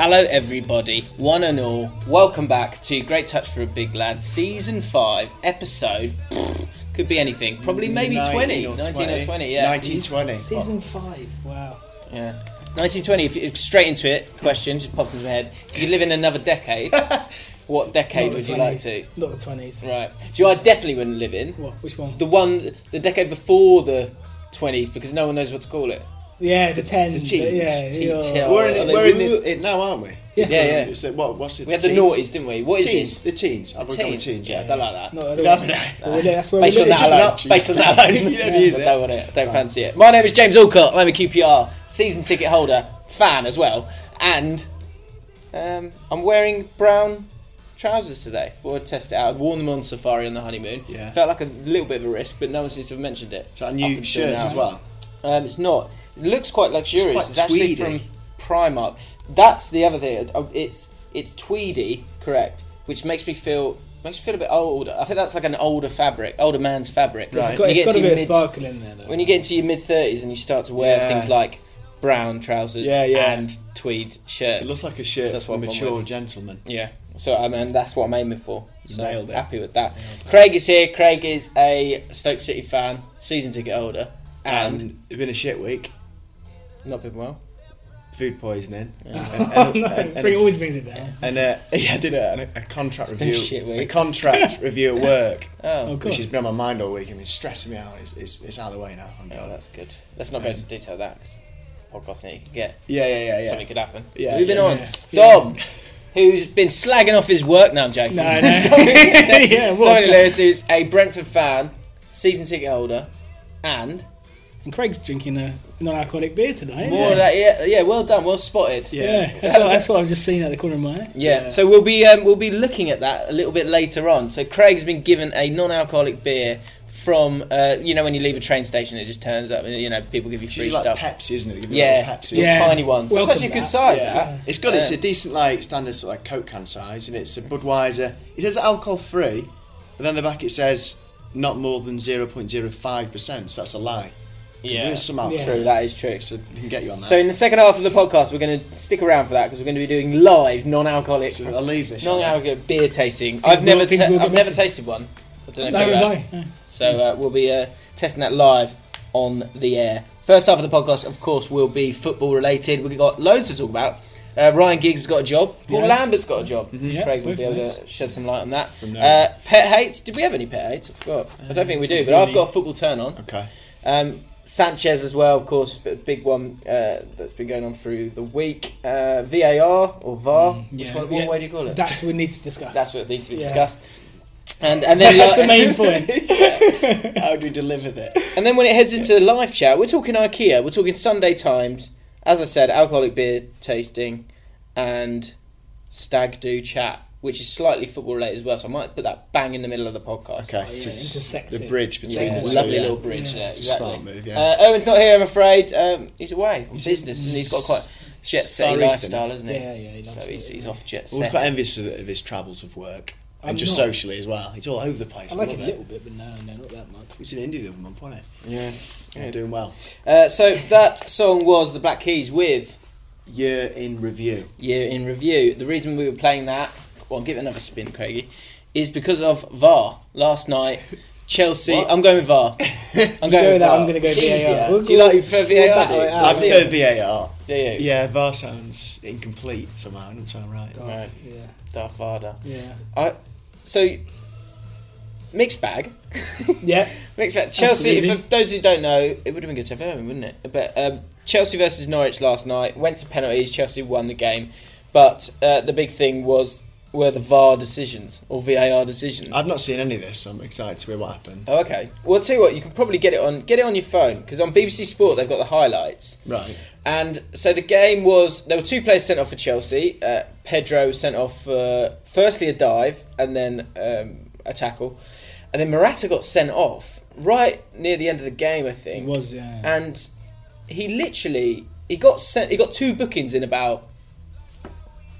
Hello, everybody, one and all. Welcome back to Great Touch for a Big Lad, Season 5, Episode. Could be anything. Probably maybe 20. 19 or 20, yeah. 1920. Season five. Wow. Yeah. 1920, if you straight into it, question just popped into my head. If you live in another decade, what decade Not would the you like 20s. to? Not the twenties. Right. Do you know I definitely wouldn't live in? What? Which one? The one, the decade before the 20s, because no one knows what to call it. yeah, the ten. the but teens. Yeah. Teen you're- chill. We're Are in, they it, we're in woo- the, it now, aren't we? Yeah, yeah. It's like, what, what's the We had the teens? noughties, didn't we? What is Teens. this? The teens. I've got Teens. teens. Yeah, I don't like that. Not at all. Love it. But we- that's where Based we on It's that just alone. an option. Based on that alone. You don't use I it. don't want it. I don't fancy it. My name is James Alcott. I'm a QPR season ticket holder, fan as well, and um, I'm wearing brown trousers today. Thought I'd test it out. I'd worn them on safari on the honeymoon. Yeah. Felt like a little bit of a risk, but no one seems to have mentioned it. It's our Up new until shirts now. as well. Um, it's not. It looks quite luxurious. quite It's, actually tweedy. from Primark. That's the other thing. Uh, It's it's tweedy, correct? Which makes me feel makes me feel a bit older. I think that's like an older fabric, older man's fabric. It's When got- you it's get got to a bit your of mid- sparkle in there. Though. When you get into your mid thirties and you start to wear Yeah. things like brown trousers Yeah, yeah. and tweed shirts, It looks like So a shirt that's for what I'm going mature with. gentlemen. Yeah. So I mean, that's what I'm aiming for. So nailed it. happy with that. Craig is here. Craig is a Stoke City fan, season ticket holder, and And it's been a shit week. not been well. Food poisoning. oh And- no! and- and- Bring- always brings it down. And uh, yeah, I did a, a contract been review. a shit week. A contract review at work, Oh, which God. has been on my mind all week and it's stressing me out. It's, it's, it's out of the way now. I'm Oh, done. that's good. Let's not go into detail of that 'cause podcast thing you could get. Yeah, yeah, yeah, yeah. Something could happen. Yeah, Moving yeah. on. Yeah. Dom, who's been slagging off his work now, I'm joking. No, no. yeah. What? Tony Lewis is a Brentford fan, season ticket holder, and And Craig's drinking a non-alcoholic beer tonight. more of that. Yeah, yeah. Well done. Well spotted. Yeah. That's what, that's what I've just seen at the corner of my eye. Yeah, so we'll be um, we'll be looking at that a little bit later on. So Craig's been given a non-alcoholic beer from uh, you know when you leave a train station, it just turns up and you know people give you It's free just stuff. like Pepsi, isn't it? Give me a yeah, little Pepsi. little Yeah. tiny ones. That's Welcome actually a good back. size. Yeah. that. It's good. It's Yeah. a decent like standard sort of like Coke can size, and it's a Budweiser. It says alcohol free, but then the back it says not more than zero point zero five percent. So that's a lie. 'Cause Yeah. There is some alcohol. True, that is true. So we can get you on that. So in the second half of the podcast, we're going to stick around for that because we're going to be doing live non-alcoholic, So I'll leave this, non-alcoholic beer tasting. I've will- never, things ta- will be I've never missing. tasted one. I don't know No, if you have. no, no. So uh, we'll be uh, testing that live on the air. First half of the podcast, of course, will be football related. We've got loads to talk about. Uh, Ryan Giggs has got a job. Paul Yes. Lambert's got a job. Mm-hmm. Yeah, Craig will both be able nice. to shed some light on that. now. Uh, pet hates. Did we have any pet hates? I forgot. I don't think we do, but Um, I've got a football turn on. okay. Um, Sanchez as well, of course, but a big one uh, that's been going on through the week. Uh, VAR or VAR, which Mm, Yeah, one, what yeah. way do you call it? That's what we need to discuss. That's what needs to be Yeah. discussed. And and then That's li- the main point. How do we deliver that? And then when it heads into live chat, we're talking IKEA, we're talking Sunday Times. As I said, alcoholic beer tasting and stag do chat. which is slightly football related as well. So I might put that bang in the middle of the podcast. Okay. yeah, just intersects the it. bridge Yeah, between the two. lovely yeah. little bridge there. It's a Exactly. smart move, yeah. Uh, Owen's not here, I'm afraid. Um, he's away on business, and he's got quite jet Far set Eastern. lifestyle, isn't he? Yeah, yeah, he So loves he's, it, he's yeah. off jet Well, we're set. quite envious of, of his travels of work and I'm just not. socially as well. He's all over the place. I like we it a love little bit, but no, no, not that much. He was in India the other month, wasn't he? yeah. Yeah, doing well. Uh, so that song was the Black Keys with Year in review. Year in Review. The reason we were playing that, well, give it another spin, Craigie, is because of VAR last night. Chelsea, I'm going with VAR. I'm going go with that, VAR. I'm gonna go It's VAR. easier. We'll- Do you we'll- like for we'll VAR? battle it out. I've That's Do you? heard VAR. Do you? Yeah, VAR sounds incomplete somehow. I don't sound right. Right. Yeah, Darth Vader. yeah, I, so, mixed bag. yeah. Mixed bag. Chelsea, Absolutely. for those who don't know, it would have been good to have Owen, wouldn't it? But um, Chelsea versus Norwich last night went to penalties. Chelsea won the game, but uh, the big thing was were the VAR decisions or VAR decisions. I've not seen any of this, so I'm excited to hear what happened. oh, okay. Well, I'll tell you what, you can probably get it on get it on your phone because on BBC Sport they've got the highlights. Right. And so the game was there were two players sent off for Chelsea. Uh, Pedro was sent off for firstly a dive and then um, a tackle, and then Morata got sent off right near the end of the game, I think. It was, yeah. And he literally he got sent he got two bookings in about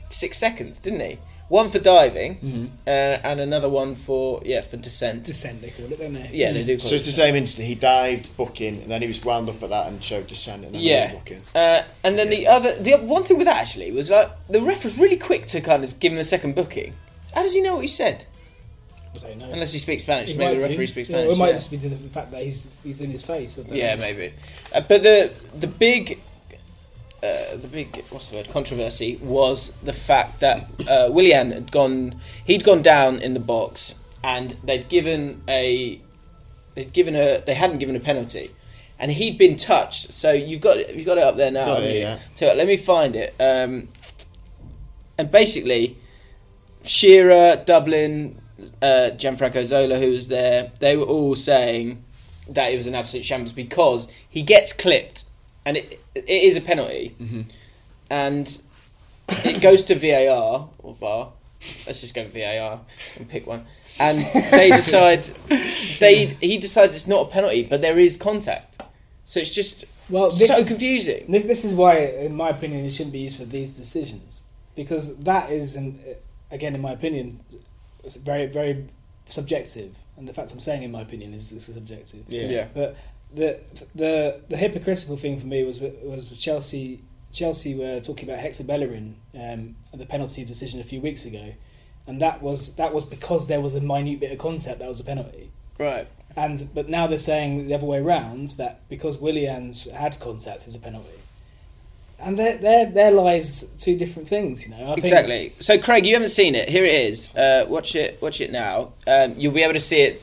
six seconds, didn't he? One for diving, Mm-hmm. uh, and another one for yeah for descent. Descent, they call it, don't they? Yeah, they do. Call So it it's the same incident. He dived, booking, and then he was wound up at that and showed descent, and then Yeah. he was booking. Uh, and then the other, the oth- one thing with that actually was like the ref was really quick to kind of give him a second booking. How does he know what he said? I don't know. Unless he speaks Spanish, He maybe might the do. referee speaks Yeah, Spanish. or it might yeah. just be the fact that he's he's in his face. I don't Yeah, know. maybe. Uh, but the the big uh, the big what's the word controversy was the fact that uh, Willian had gone he'd gone down in the box and they'd given a they'd given a they hadn't given a penalty and he'd been touched so you've got it- you've got it up there now Got it, haven't you? yeah. so let me find it um, and basically Shearer Dublin uh, Gianfranco Zola who was there they were all saying that it was an absolute shambles because he gets clipped and it it is a penalty Mm-hmm. and it goes to VAR or VAR. Let's just go VAR and pick one. And they decide they he decides it's not a penalty, but there is contact. So it's just Well, this so is- confusing. This, this is why, in my opinion, it shouldn't be used for these decisions because that is, an, again, in my opinion, it's very very subjective, and the fact I'm saying in my opinion is, is subjective. Yeah. But the the the hypocritical thing for me was with- was with Chelsea. Chelsea were talking about Hector Bellerin um, and the penalty decision a few weeks ago, and that was that was because there was a minute bit of concept that was a penalty. Right. And but now they're saying the other way round that because Willian's had contact, it's a penalty. And there, there, there lies two different things, you know. I think- Exactly. So Craig, you haven't seen it. Here it is. Uh, watch it. Watch it now. Um, you'll be able to see it.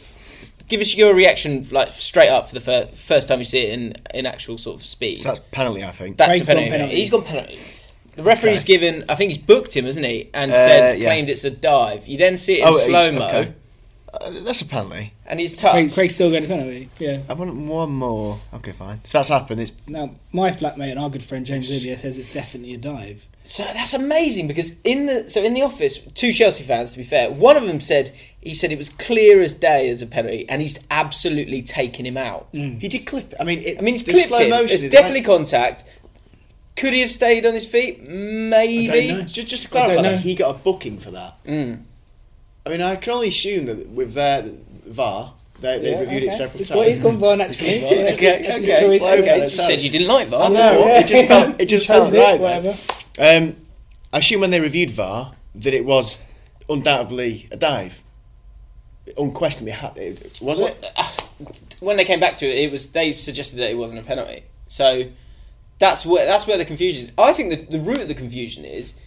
Give us your reaction, like straight up, for the fir- first time you see it in in actual sort of speed. So that's penalty, I think. That's a Craig's gone penalty. penalty. He's gone penalty. The referee's Okay. given, I think he's booked him, hasn't he? And Uh, said, yeah. claimed it's a dive. You then see it in it's- slow mo, Oh, okay. Uh, that's a penalty. and he's Craig, touched. Craig's still going to penalty. Yeah. I want one more. Okay, fine. So that's happened. It's Now my flatmate and our good friend James Olivier says it's definitely a dive. So that's amazing because in the so in the office, two Chelsea fans to be fair, one of them said he said it was clear as day as a penalty, and he's absolutely taken him out. he did clip. it. I mean, it, I mean, he's the clipped Hmm. slow him. motion It's is definitely like- contact. Could he have stayed on his feet? Maybe. know. Just, just to I don't clarify, know. that, he got a booking for that. Mm. I mean, I can only assume that with their VAR, they, they've reviewed it several times. Well, he's gone by actually. Okay, Okay. This is Okay. always okay. so bad. You said you didn't like I VAR. know. Yeah. It just felt, it just felt Chose it, right. whatever. Um, I assume when they reviewed VAR that it was undoubtedly a dive. Unquestionably, ha- it- was it? when they came back to it, it was they suggested that it wasn't a penalty. So that's where that's where the confusion is. I think the, the root of the confusion is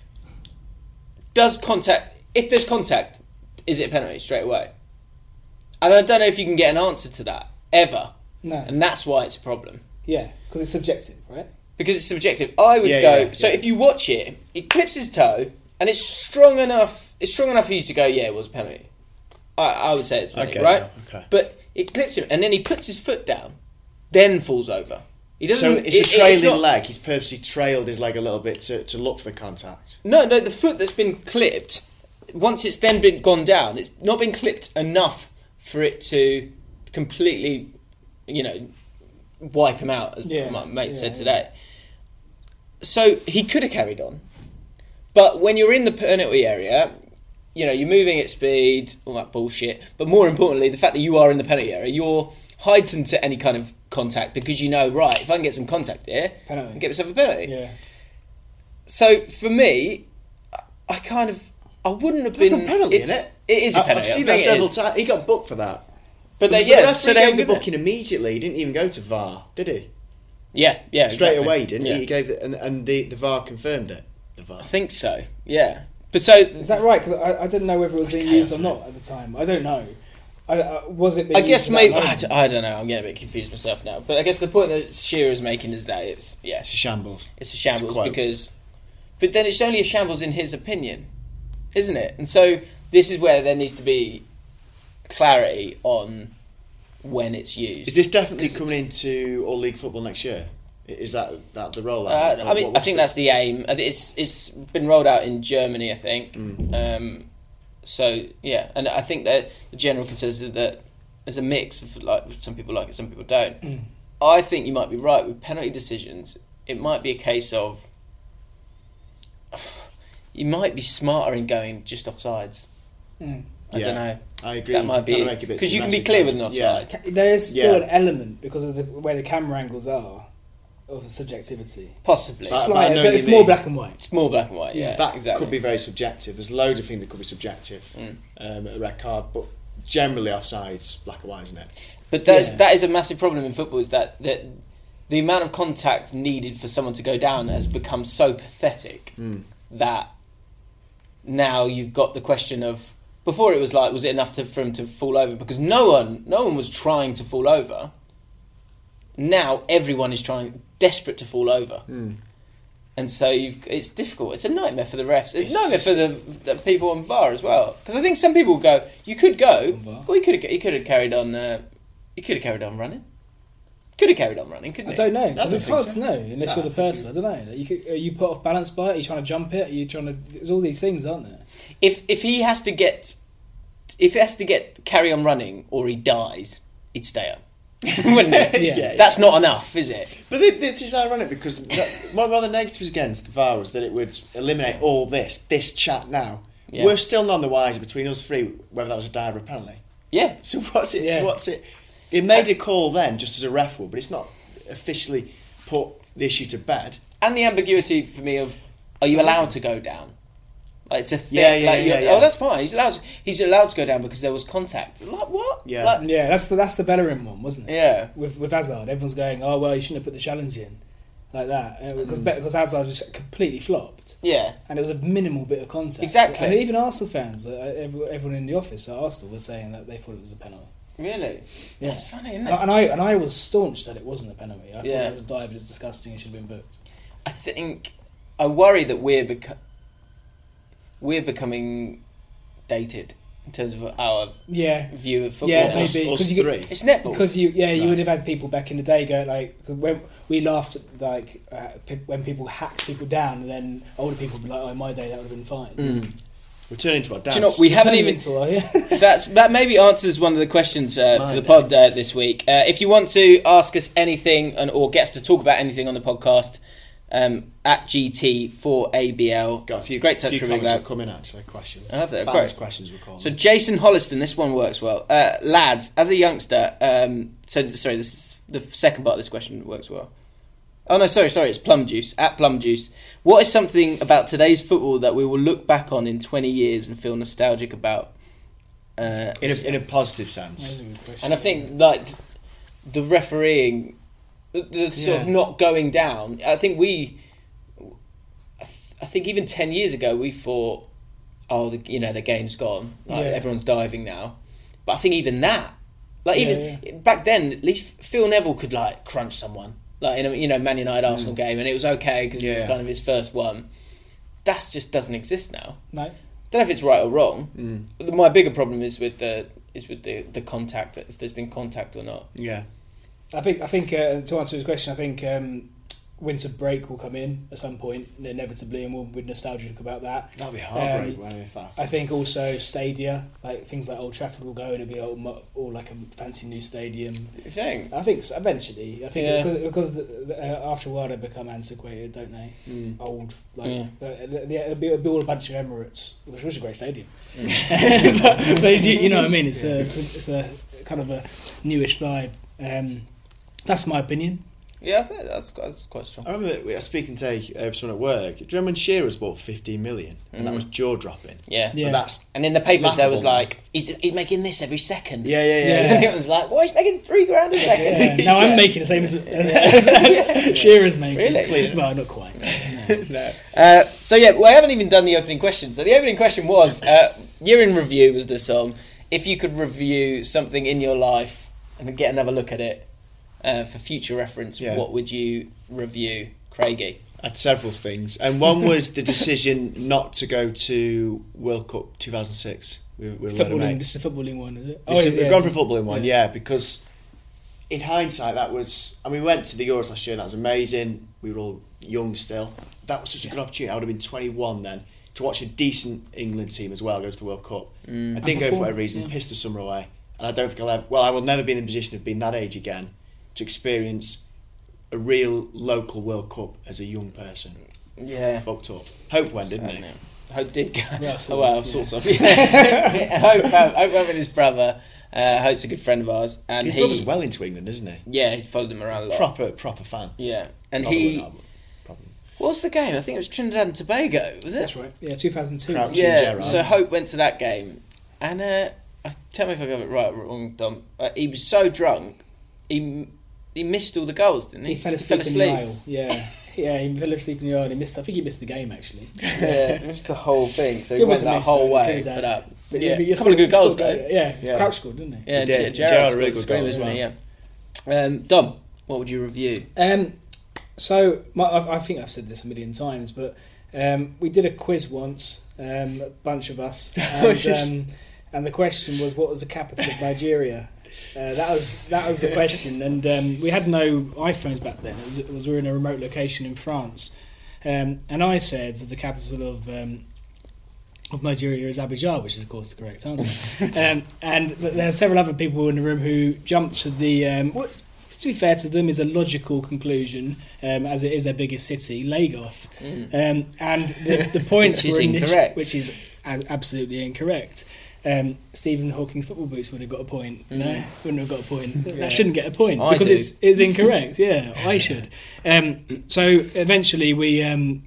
does contact if there's contact, is it a penalty straight away? And I don't know if you can get an answer to that ever. No. And that's why it's a problem Yeah, because it's subjective, right? because it's subjective. I would Yeah, go. yeah, so yeah. if you watch it, it clips his toe, and it's strong enough. It's strong enough for you to go, yeah, it was a penalty. I, I would say it's a penalty, Okay, right? yeah, okay. But it clips him, and then he puts his foot down, then falls over. He So doesn't. it's it- a trailing not- leg. He's purposely trailed his leg a little bit to, to look for the contact. No, no, the foot that's been clipped once it's then been gone down, it's not been clipped enough for it to completely, you know, wipe him out, as Yeah, my mate yeah, said yeah. today. So he could have carried on, but when you're in the penalty area, you know you're moving at speed, all that bullshit. But more importantly, the fact that you are in the penalty area, you're heightened to any kind of contact because you know, right? If I can get some contact here, Penalty. I can get myself a penalty. Yeah. So for me, I- I kind of I wouldn't have That's been. a penalty, it's- isn't it? It is a I- penalty. I've I think seen that it several is. times. He got booked for that. But they, The yeah, referee so they gave haven't the been- booking immediately. He didn't even go to VAR, did he? Yeah, yeah, Straight exactly. away, didn't yeah. he? He gave the, and, and the, the VAR confirmed it. The VAR. I think so. Yeah, but so Is that right? Because I, I didn't know whether it was being used or not at the time. I don't know. I, I, was it? Being I used guess for that maybe "Oh, I, moment? d- I don't know. I'm getting a bit confused myself now. But I guess the point that Shearer's making is that it's yeah, It's a shambles. it's a shambles quote. because, but then it's only a shambles in his opinion, isn't it? And so this is where there needs to be clarity on when it's used. Is this definitely coming into all league football next year? I- Is that that the rollout? Uh, I Or mean, what- I think that's the aim. I thi- It's it's been rolled out in Germany, I think. Mm. Um, so yeah, and I think that the general consensus is that there's a mix of like some people like it, some people don't. Mm. I think you might be right with penalty decisions. It might be a case of you might be smarter in going just offsides. I Mm. Yeah. don't know. I agree. That might Kinda be make a bit because you can be semantic clear with an comment. Yeah. offside. Ca- There is still Yeah. an element because of the way the camera angles are of subjectivity. Possibly, But- Slight, but I know but, what it's you more mean. black and white. it's more black and white. Yeah, that exactly. could be very subjective. There's loads of things that could be subjective. Um, at a red card, but generally offsides, black and white, isn't it? But that's Yeah. that is a massive problem in football is that, that the amount of contact needed for someone to go down has become so pathetic that now you've got the question of before it was like was it enough to, for him to fall over because no one no one was trying to fall over. Now everyone is trying desperate to fall over. Hmm. And so you've, it's difficult. It's a nightmare for the refs. It's, It's a nightmare for the, the people on VAR as well. Because I think some people go, "You could go. VAR. Well, you could have. You could have carried on. Uh, you could have carried on running. Could have carried on running, couldn't I it? don't know. 'cause don't It's think hard so. to know unless No, you're the I think person. I don't know. Like, you could, are you put off balance by it? Are you trying to jump it? Are you trying to? There's all these things, aren't there? If if he has to get, if he has to get carry on running or he dies, he'd stay up, wouldn't it? Yeah. Yeah, That's not enough, is it? But it- it's just ironic because that, one of the negatives against VAR was that it would eliminate all this, this chat now. Yeah. We're still none the wiser between us three whether that was a dive or a penalty. Yeah. So what's it? Yeah. What's it? It made a call then, just as a ref would, but it's not officially put the issue to bed. And the ambiguity for me of, are you allowed to go down? Like it's a thing. Yeah, yeah, like you're- yeah, yeah. Oh, that's fine. He's allowed. He's allowed to go down because there was contact. Like what? Yeah. Like, Yeah, that's the that's the Bellerin one, wasn't it? Yeah. With with Hazard, everyone's going, "Oh well, you shouldn't have put the challenge in," like that, because Mm. because Hazard was completely flopped. yeah. and there was a minimal bit of contact. Exactly. And even Arsenal fans, uh, every- everyone in the office at Arsenal was saying that they thought it was a penalty. Really? Yeah. That's funny, isn't it? And I, and I and I was staunch that it wasn't a penalty. I Yeah. thought the dive was disgusting. It should have been booked. I think I worry that we're beco- we're becoming dated in terms of our Yeah. view of football. Yeah, now. us- maybe us because you could- three. It's netball. Because you, yeah, you would have had people back in the day go like 'cause when we laughed at, like uh, pe- when people hacked people down, and then older people would be like, "Oh, in my day, that would have been fine." We're turning to our dance. Do Mm. you know we haven't Turning even into a- yeah. that's that maybe answers one of the questions uh, for the pod uh, this week. Uh, if you want to ask us anything and or get us to talk about anything on the podcast. Um, at GT4ABL. Got a few Great touch few from comments Iglo. have come in actually. Question. I love that, Fans great. questions were called. So Jason Holliston, this one works well. Uh, lads, as a youngster, um, so sorry, this is the second part of this question works well. Oh no, sorry, sorry, it's Plum Juice at Plum Juice. What is something about today's football that we will look back on in twenty years and feel nostalgic about? Uh, in a in a positive sense. and I think like the refereeing, the, the sort of Yeah. not going down. I think we, I, th- I think even ten years ago we thought, oh, the, you know, the game's gone. Like, Yeah. Everyone's diving now, but I think even that, like Yeah, even back then, at least Phil Neville could like crunch someone, like in a you know Man United Arsenal Mm. game, and it was okay because it was Yeah. kind of his first one. That's just doesn't exist now no. don't know if it's right or wrong. Mm. My bigger problem is with the is with the, the contact if there's been contact or not. Yeah. I think I think uh, to answer his question, I think um, winter break will come in at some point, inevitably, and we'll be nostalgic about that. That'd be Um, heartbreak when if that. I think also stadia, like things like Old Trafford will go and it'll be all, mo- all like a fancy new stadium. You think? I think so, eventually. I think Yeah. because, because the, the, uh, after a while they become antiquated, don't they? Mm. Old, like Yeah. uh, th- yeah, it'll, be, it'll be all a bunch of Emirates, which was a great stadium. Mm. but, but you, you know what I mean? It's, a, it's, a, it's a kind of a newish vibe. Um, that's my opinion. Yeah, I think that's quite, that's quite strong. I remember that we- I was speaking to uh, someone at work. Do you remember when Shearer's bought 15 million? And that was jaw dropping. Mm. Yeah. Yeah. But that's. And in the papers, there was Laughable. like, he's, he's making this every second. Yeah, yeah, yeah. And it was like, well, he's making three grand a Yeah, second. Uh, now I'm making the same as, as, as Shearer's making. Really? Well, not quite. Uh, so yeah, well, I haven't even done the opening question. So the opening question was, uh, year in review was the song. If you could review something in your life and get another look at it uh, for future reference, Yeah. what would you review, Craigie? Had several things. And one was the decision not to go to World Cup 2006. We, we were a load of Footballing, mates. this is a footballing one, is it? It's a, Oh, yeah. We've gone for a footballing one, yeah. because in hindsight, that was. I mean, we went to the Euros last year, and that was amazing. We were all young still. That was such a good opportunity. I would have been 21 then to watch a decent England team as well go to the World Cup. I didn't go for Mm. perform, whatever reason, pissed the summer away, and I don't think I'll ever. Well, I will never be in the position of being that age again to experience a real local World Cup as a young person. Yeah. Fucked up. Hope went, didn't he? Hope did go. sort oh, well, of, sort of. Yeah. Hope, Hope, Hope went with his brother. Uh, Hope's a good friend of ours, and His he, brother's well into England, isn't he? yeah, he followed him around a lot. Proper, proper fan. Yeah, and Not that he, we're not, but probably. what was the game? I think it was Trinidad and Tobago. Was it? That's right. Yeah, 2002. Crouch. Yeah. Yeah, Gerrard. so Hope went to that game, and uh, I- tell me if I got it right or wrong, Dom. Uh, he was so drunk, he m- he missed all the goals, didn't he? He fell asleep, in the aisle. Yeah. Yeah, he fell asleep in the aisle and he missed. I think he missed the game actually. yeah, missed the whole thing. So he Good went one to that miss, whole though, way Trinidad. for that. But yeah, but a you're couple of still- good goals still- though. Yeah, Yeah. Crouch scored, didn't he? Yeah, He Ger- did. Gerrard Gerrard scored really a good screamer goal. as well. Yeah. Um, Dom, what would you review? Um, so my, I, I think I've said this a million times, but um, we did a quiz once, um, a bunch of us, and, um, and the question was, "What was the capital of Nigeria?" Uh, that was that was the question, and um, we had no iPhones back then. It was, it was we were in a remote location in France, um, and I said the capital of um, of Nigeria is Abuja, which is of course the correct answer. um, and but there are several other people in the room who jumped to the um, what. To be fair to them, is a logical conclusion, um, as it is their biggest city, Lagos, um, and the, the points Which is were init- incorrect. which is a- absolutely incorrect. Um, Stephen Hawking's football boots would have got a point. You know, wouldn't have got a point. That shouldn't get a point Mm. I because do. it's it's incorrect. Yeah, I should. Um, so eventually we um,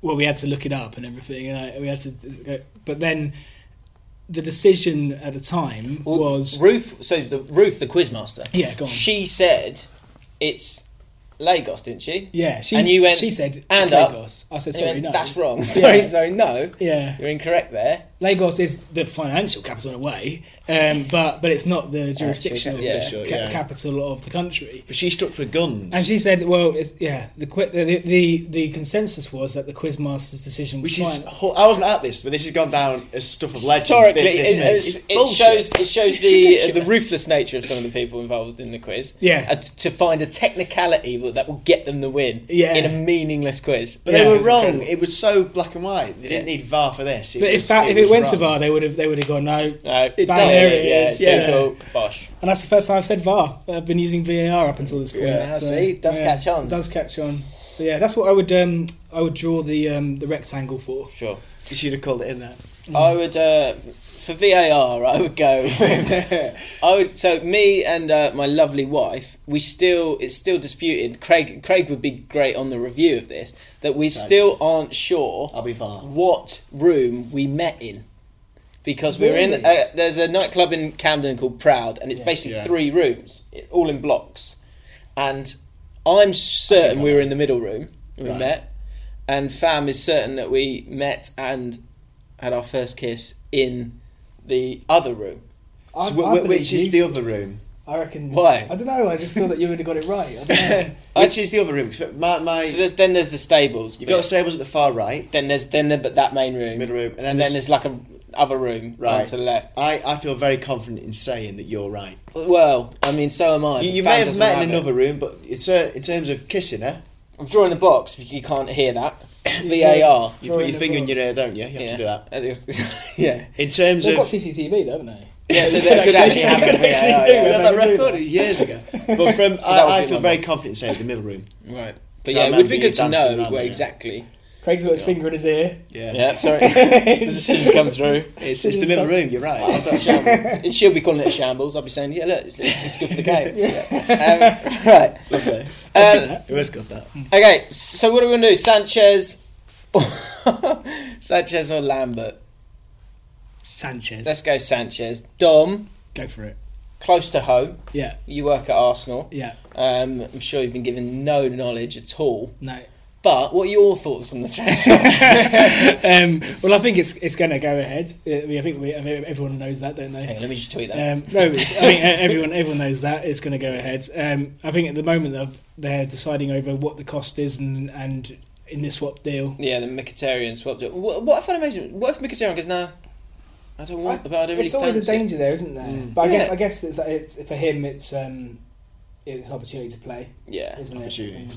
well, we had to look it up and everything, and I, we had to go. But then the decision at the time was Ruth? So the Ruth, the quizmaster. Yeah, go on. She said, "It's Lagos," didn't she? yeah. She and you went. she said and it's up. Lagos. I And said you sorry, went, no, That's wrong. Sorry, Yeah. sorry, no. Yeah. You're incorrect there. Lagos is the financial capital in a way, um, but but it's not the jurisdictional yeah. ca- Yeah. capital of the country. But she struck with guns. And she said, "Well, it's, yeah, the, qui- the the- the the consensus was that the quizmaster's decision was Which is, fine. ho- I wasn't at this, but this has gone down as stuff of legend. Historically, thi- this it, thing. it's- It's it bullshit. shows it shows the ridiculous. the ruthless nature of some of the people involved in the quiz. Yeah. Uh, t- to find a technicality will- that will get them the win. Yeah. in a meaningless quiz. But Yeah, they it were was wrong. incredible. It was so black and white. They didn't Yeah. need VAR for this. But if was- that if was it went to wrong. VAR, they would have they would have gone no. No, it Bad doesn't, area, yeah, it's- it's yeah. difficult. Bosh. And that's the first time I've said VAR. I've been using VAR up until this point. Yeah, see, it does catch on. It does catch on. But yeah, that's what I would um, I would draw the um, the rectangle for. Sure. You should have called it in there. Mm. I would uh, for VAR. I would go. with- I would so me and uh, my lovely wife. We still it's still disputed. Craig Craig would be great on the review of this. That we still aren't sure. I'll be VAR. What room we met in. Because we were in, Really? uh, there's a nightclub in Camden called Proud, and it's basically Yeah. three rooms, i- all in blocks. And I'm certain we were in the middle room we met, and Fam is certain that we met and had our first kiss in the other room. So, wh- I- I wh- believe which is you. the other room? I reckon. Why? I don't know. I just feel that you would have got it right. I don't know. Which is the other room? 'Cause My, my, So there's, then there's the stables. you've bit. got the stables at the far right. then there's then the, but that main room, Middle room, and then and then there's- there's like a other room Right. right to the left. I, I feel very confident in saying that you're right. Well, I mean, so am I. You, but you Fam may have doesn't met in it. another room, but it's, uh, in terms of kissing her, I'm drawing the box. If you can't hear that, VAR. You put your finger in your ear, don't you? You have yeah. to do that. yeah. In terms They've got of CCTV, though, haven't they? Yeah, so they could actually have could it. actually Yeah, do yeah, it. We yeah. had that recorded years ago. But from So that would I, I be feel my very confident in saying the middle room. Right. But So yeah, I it would be remember good to you dancing know around where there. exactly. Craig's got his finger in his ear. Yeah, Yeah, sorry. the decision's come through. It's, it's the middle room. You're right. It's a shambles. It should be calling it a shambles. I'll be saying, yeah, look, it's, it's, it's good for the game. Um, right. Lovely. Um, It was good that. okay, so what are we going to do? Sanchez. Sanchez or Lambert? Sanchez. Let's go Sanchez. Dom, go for it. close to home. Yeah, You work at Arsenal. yeah. Um, I'm sure you've been given no knowledge at all. No. But what are your thoughts on the transfer? Um, well, I think it's it's going to go ahead. I mean, I think we, I mean, everyone knows that, don't they? Hang on, let me just tweet that. Um, no, it's, I mean e- everyone everyone knows that it's going to go ahead. Um, I think at the moment they're- they're deciding over what the cost is and, and in this swap deal. Yeah, the Mkhitaryan swapped it. What, what I find amazing, what if Mkhitaryan goes, nah, I don't want, but I don't really it's always a fancy it." danger there, isn't there? But I guess Yeah. I guess it's, it's for him it's um, it's an opportunity to play, Yeah, isn't it? Opportunity.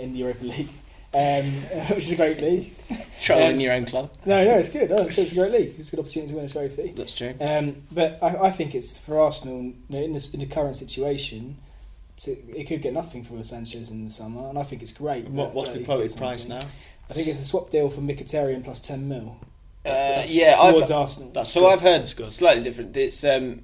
In, in the Europa League, um, which is a great league. trouble Um, in your own club. No, no, it's good. Oh, it's, it's a great league. It's a good opportunity to win a trophy. That's true. Um, but I, I think it's for Arsenal you know, in, this, in the current situation. To, it could get nothing for Sanchez in the summer, and I think it's great. What, that- what's that the he could quoted get price now? something. I think it's a swap deal for Mkhitaryan plus ten mil. Uh, yeah, I've, towards Arsenal. That's so good. I've heard That's good. slightly different. It's um,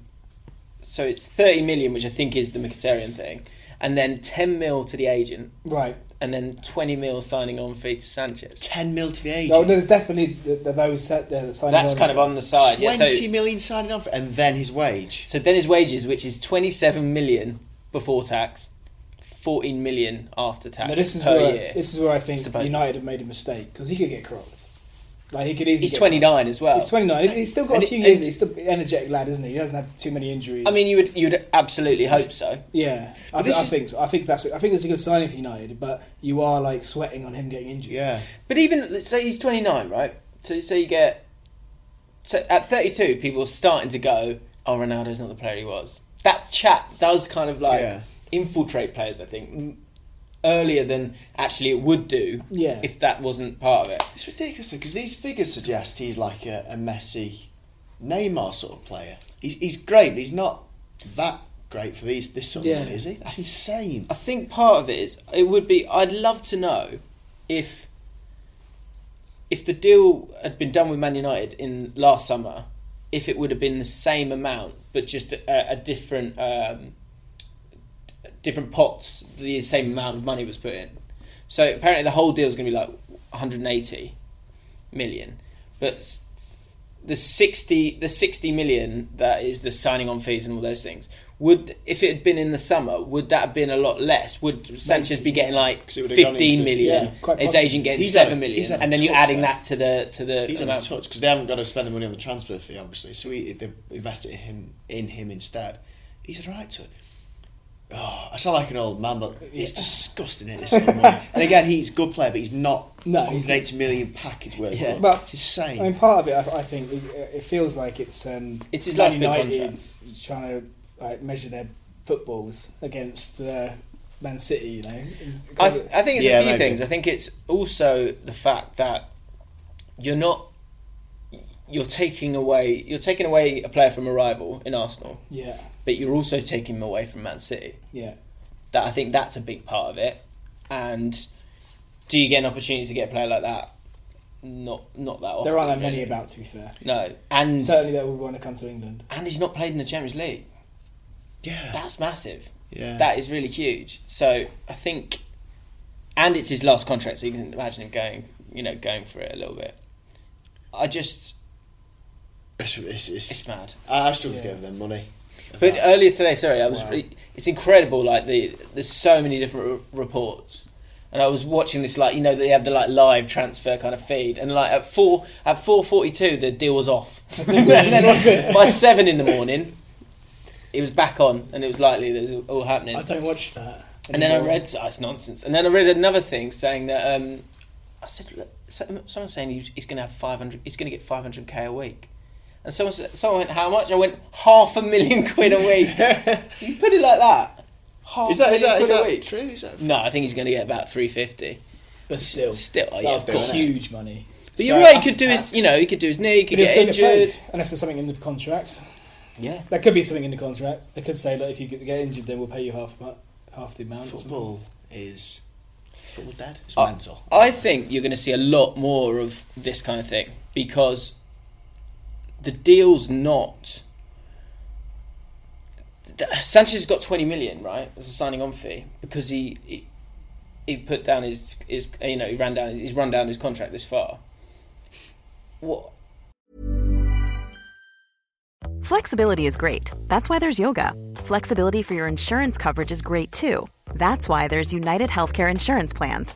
so it's thirty million, which I think is the Mkhitaryan thing, and then ten mil to the agent, right. and then twenty mil signing on fee to Sanchez. Ten mil to the No, agent. there's definitely the, the, those that there that signed That's kind of on the side. Yeah, Twenty so, million signing off, and then his wage. so then his wages, which is twenty-seven million before tax, fourteen million after tax Now, this is per where year. this is where I think Supposedly. United have made a mistake because he could get cropped. Like he could easily. He's get twenty-nine cropped. as well. He's twenty nine. He's still got And a it- few years. and- He's still an energetic lad, isn't he? He hasn't had too many injuries. I mean, you would you would absolutely hope so. Yeah, I, this thi- I is- think so. I think that's I think it's a good signing for United, but you are like sweating on him getting injured. Yeah, But even let's say he's 29, right? So so you get so at 32, people are starting to go, "Oh, Ronaldo's not the player he was." That chat does kind of like Yeah. infiltrate players, I think, m- earlier than actually it would do. Yeah. If that wasn't part of it, it's ridiculous because these figures suggest he's like a, a Messi, Neymar sort of player. He's he's great, but he's not that great for these this sort of Yeah. money, is he? That's insane. I think part of it is it would be. I'd love to know if if the deal had been done with Man United in last summer, if it would have been the same amount, but just a, a different um, different pots, the same amount of money was put in. So apparently the whole deal is going to be like 180 million, but s- the 60 the 60 million that is the signing on fees and all those things would if it had been in the summer would that have been a lot less would sanchez be getting like 'Cause it would have gone 15 into- million yeah, quite his possibly. agent getting He's had a- seven million, he's had a and then you're touch adding there. that to the to the He's out amount. of touch because they haven't got to spend the money on the transfer fee, obviously. So we, they've invested in him, in him instead. He's a right to. Oh, I sound like an old man, but it's disgusting. It, this sort of money. and again, he's a good player, but he's not. No, No, he's he's an eighty million package worth. Yeah. Yeah, But- it's insane. I mean, part of it, I, I think, it, it feels like it's um, It's his Man last big United contract. trying to like, measure their footballs against uh, Man City. You know, And- I, th- I think it's Yeah, a few maybe. things. I think it's also the fact that you're not you're taking away you're taking away a player from a rival in Arsenal, yeah, but you're also taking him away from Man City. yeah, That I think that's a big part of it. And do you get an opportunity to get a player like that? Not not that often. there aren't that many really. about. To be fair, No, and certainly that would want to come to England. and he's not played in the Champions League. yeah, That's massive. yeah. That is really huge. So I think, and it's his last contract, so you can imagine him going, you know, going for it a little bit. I just, it's, it's, it's it's, mad. I, I struggle to Yeah. get over them money. But uh, earlier today, sorry, I was. Re- it's incredible. Like the there's so many different r- reports, and I was watching this like you know they have the like live transfer kind of feed, and like at four at four forty two the deal was off. and then by seven in the morning, it was back on, and it was likely that it was all happening. I don't watch that. And then I anymore. read oh, it's nonsense. And then I read another thing saying that um, I said look, some- someone saying he's, he's going to have five hundred. He's going to get five hundred k a week. And someone said, someone went how much? I went half a million quid a week. you put it like that. half Is that is that, is million that quid a week. true? Is that No, I think he's going to get about 350. But still, Still, oh, yeah, That'll of do, course. innit? huge money. But So you're right. He after could do his, tax. you know, he could do his knee. He could But he'll get still get injured. paid, unless there's something in the contract. yeah. There could be something in the contract. They could say, look, if you get, get injured, then we'll pay you half mu- half the amount. or something. football is is football dead? It's I- mental. I think you're going to see a lot more of this kind of thing because the deal's not. Th- Sanchez has got 20 million, right, as a signing on fee because he he, he put down his, his you know he ran down he's run down his contract this far. What Flexibility is great. That's why there's yoga. Flexibility for your insurance coverage is great too. That's why there's United Healthcare Insurance Plans.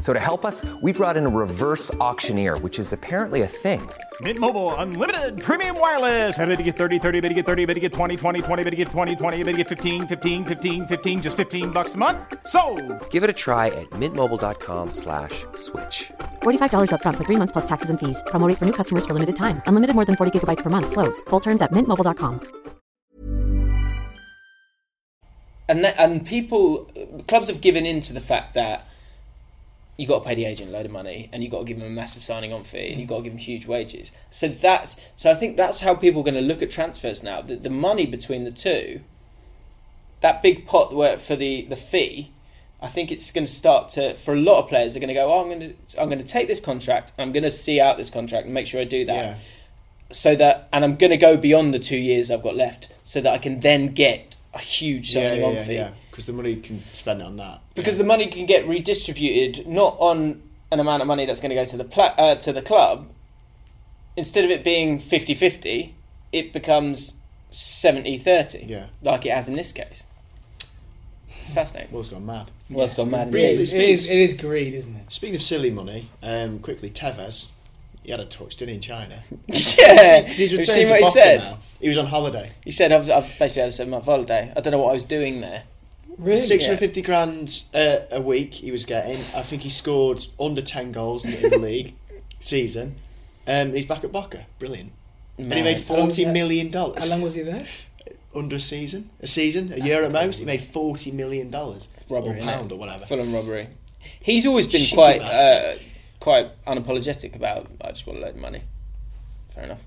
So to help us, we brought in a reverse auctioneer, which is apparently a thing. Mint Mobile unlimited premium wireless. Ready to get 30, 30, ready to get 30, ready to get 20, 20, 20, ready to get 20, 20, ready to get 15, 15, 15, 15 just 15 bucks a month. So, Give it a try at mintmobile.com slash switch. $45 upfront for three months plus taxes and fees. Promo rate for new customers for limited time. Unlimited more than 40 gigabytes per month. Slows. Full terms at mintmobile.com. and that, and people clubs have given in to the fact that you got to pay the agent a load of money and you got to give them a massive signing on fee Mm. and you got to give them huge wages so that's so i think that's how people are going to look at transfers now the, the money between the two that big pot where for the the fee i think it's going to start to for a lot of players they're going to go oh, i'm going to i'm going to take this contract i'm going to see out this contract and make sure i do that Yeah. so that and i'm going to go beyond the two years i've got left so that i can then get a huge Yeah, signing yeah, on yeah, fee Because the money you can spend it on that. because the money can get redistributed not on an amount of money that's going to go to the pla- uh, to the club instead of it being 50-50 it becomes 70-30 Yeah. like it has in this case it's fascinating World's gone mad. well it's gone mad Briefly It is, it is- it is greed, isn't it? Speaking of silly money, um, quickly Tevez, he had a touch, didn't he, in China? yeah Because he's Have you returned seen to what he Boca said now. He was on holiday. he said I've, I've basically had a seven month holiday I don't know what I was doing there Really? Six hundred fifty grand uh, a week he was getting. I think he scored under ten goals in the, in the league season. Um, he's back at Boca. Brilliant. And he made oh, How long was forty that? million dollars How long was he there? under a season. A season, a year at most. He made forty million dollars, or Robbery, pound, innit? or whatever. Fulham robbery he's always been Cheeky quite uh, bastard. quite unapologetic about I just want a load of money fair enough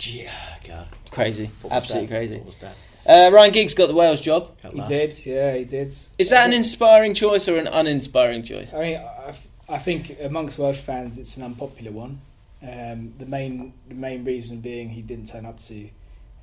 Yeah, God, crazy Football's absolutely dead. crazy Football's dead. Uh, Ryan Giggs got the Wales job. At He last. did. Yeah, he did. Is that an inspiring choice or an uninspiring choice? I mean, I, I think amongst Welsh fans, it's an unpopular one. Um, the main the main reason being he didn't turn up to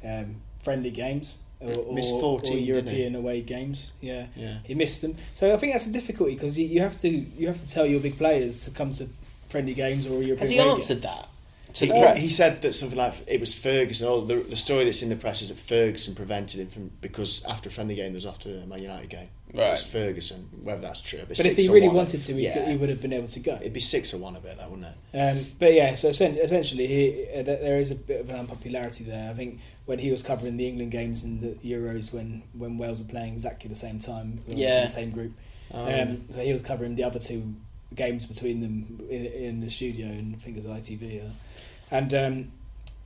um, friendly games or, or, Missed or 14, didn't he? European away games. Yeah. Yeah. he missed them. So I think that's a difficulty because you, you have to you have to tell your big players to come to friendly games or European. Has he away answered games. that? To He, the he- press? he said that something like it was Ferguson. Or the, the story that's in the press is that Ferguson prevented him from because after a friendly game there was after a Man United game. It was Right. Ferguson. Whether that's true, But if he really wanted to, he, could, he would have been able to go. it'd be six or one a bit. That wouldn't it? Um, but yeah, so essen- essentially, he, uh, th- there is a bit of an unpopularity there. I think when he was covering the England games and the Euros, when, when Wales were playing exactly the same time, we were obviously Yeah. the same group. um, so he was covering the other two games between them in, in the studio, and I think it was ITV. uh, and um,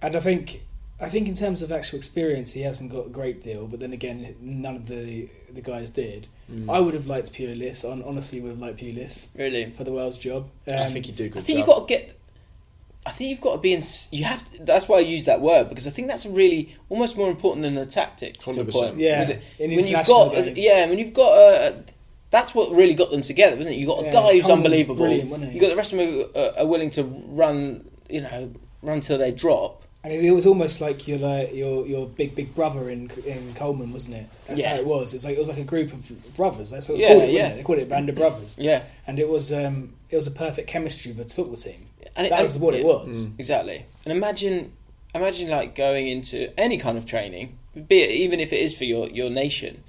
and I think I think in terms of actual experience, he hasn't got a great deal. But then again, none of the the guys did. I would have liked Pulis. On honestly, would have liked Pulis Really? for the Wales job. I Um, think he'd do a good I think job. you've got to get. I think you've got to be in. s- You have. To, that's why I use that word because I think that's really almost more important than the tactics. To a point. 100%. Yeah, With it- in when you've international got games. yeah, when you've got a, That's what really got them together, wasn't it? You got a Yeah, guy who's Coleman was unbelievable. brilliant, wasn't he? You got the rest of them who are, are willing to run, you know, run till they drop. And it, it was almost like your like your your big big brother in in Coleman, wasn't it? That's Yeah. how it was. It's like it was like a group of brothers. That's what they Yeah, called it. yeah. Yeah. They called it a band of brothers. Yeah. And it was um it was a perfect chemistry for the football team. And it- that and- was what it yeah. was. Mm. Exactly. And imagine, imagine like going into any kind of training, be it even if it is for your, your nation,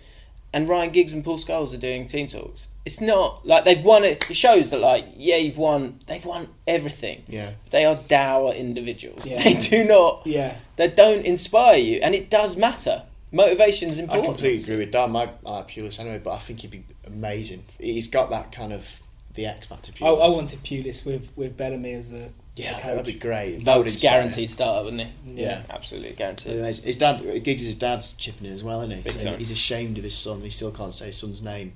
and Ryan Giggs and Paul Scholes are doing team talks. It's not like they've won it. It shows that like yeah, you've won. They've won everything. Yeah. They are dour individuals. Yeah. They do not. Yeah. They don't inspire you, and it does matter. Motivation's I important. completely agree with Dan. My, I like Pulis anyway, but I think he'd be amazing. He's got that kind of the X Factor. I, I Pulis. wanted Pulis with with Bellamy as a Yeah, as a that'd coach. be great. That would Votes inspire. guaranteed starter, wouldn't it? Yeah. absolutely guaranteed. Amazing. His dad, Giggs' dad's chipping in as well, isn't he? Big He's, time. he's ashamed of his son. and He still can't say his son's name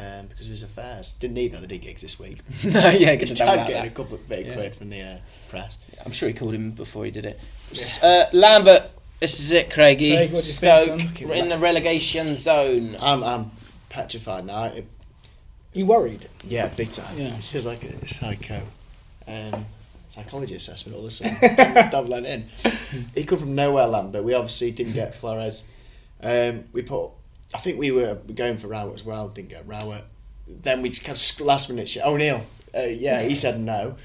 um, because of his affairs. Didn't need that, did Giggs this week? No, yeah, his good to know dad about getting that. a couple of big Yeah. quid from the uh, press. I'm sure he called him before he did it. S- Uh, Lambert, this is it, Craigie. Craig, what do you Stoke, think, son? we're in the relegation zone. I'm, I'm petrified now. It- You worried? yeah, big time. Yeah. It's just like a psycho. Um, psychology assessment, all this stuff. Dub let in. He come from nowhere, Lambert. We obviously didn't get Flores. Um, we put, I think we were going for Rowett as well, didn't get Rowett. Then we just kind of sc- last minute shit. O'Neill, uh, yeah, he said no.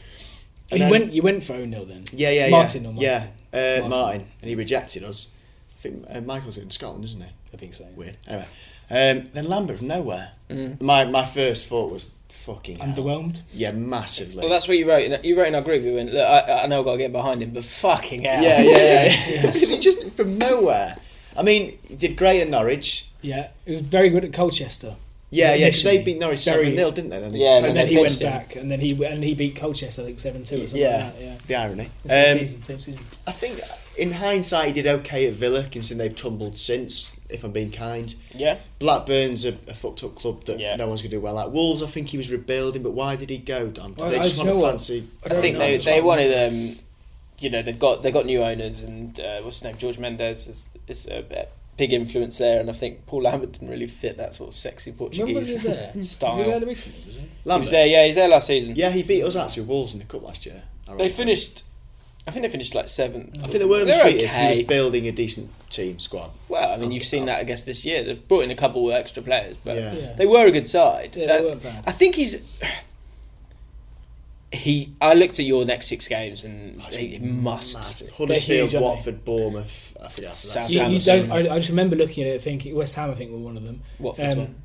And You then- went you went for O'Neill then. Yeah, yeah, Martin yeah. or Martin? Yeah, uh, Martin. Martin. and he rejected us. I think uh, Michael's in Scotland, isn't he? I think so. Weird. Anyway, um, then Lambert from nowhere. My my first thought was fucking hell. Underwhelmed. Yeah, massively. Well, that's what you wrote. In, you wrote in our group. You went, look, I, I know I've got to get behind him, but fucking hell. yeah, yeah, yeah. He just from nowhere. I mean, he did great at Norwich. Yeah, he was very good at Colchester. Yeah, yeah. 'cause Initially. they beat Norwich Very- seven 0 didn't they? Then they Yeah, and And played then he them. went Pitched him. back, and then he and he beat Colchester I think seven two or something Yeah, like that. Yeah, the irony. It's like Um, season two, season. I think in hindsight he did okay at Villa, considering they've tumbled since. If I'm being kind. Yeah. Blackburn's a, a fucked up club that Yeah. no one's gonna do well at. Wolves, I think he was rebuilding, but why did he go? Dan? Did I- they I just do want know to what- fancy? I I don't think know. they, Which they one? wanted um, you know, they've got they got new owners and uh, what's his name, George Mendes is, is a a big influence there, and I think Paul Lambert didn't really fit that sort of sexy When Portuguese was he there? style. Was he there recently? Was he? He Lambert. was there, yeah, he's there last season. Yeah, he beat us actually Wolves in the cup last year. I they remember. finished. I think they finished like seventh. I think the word They're sweetest. He okay. was building a decent team squad. Well, I mean, you've seen that, I guess, this year. They've brought in a couple of extra players, but Yeah. Yeah. they were a good side. Yeah, they Uh, weren't bad. I think he's. He, I looked at your next six games, and he must. Oh, Massive. They're Huddersfield, huge, aren't they? Watford, Bournemouth. I forget. after that. Southampton. You, you Anderson. don't. I, I just remember looking at it, thinking West Ham. I think were one of them. Um, Watford's one.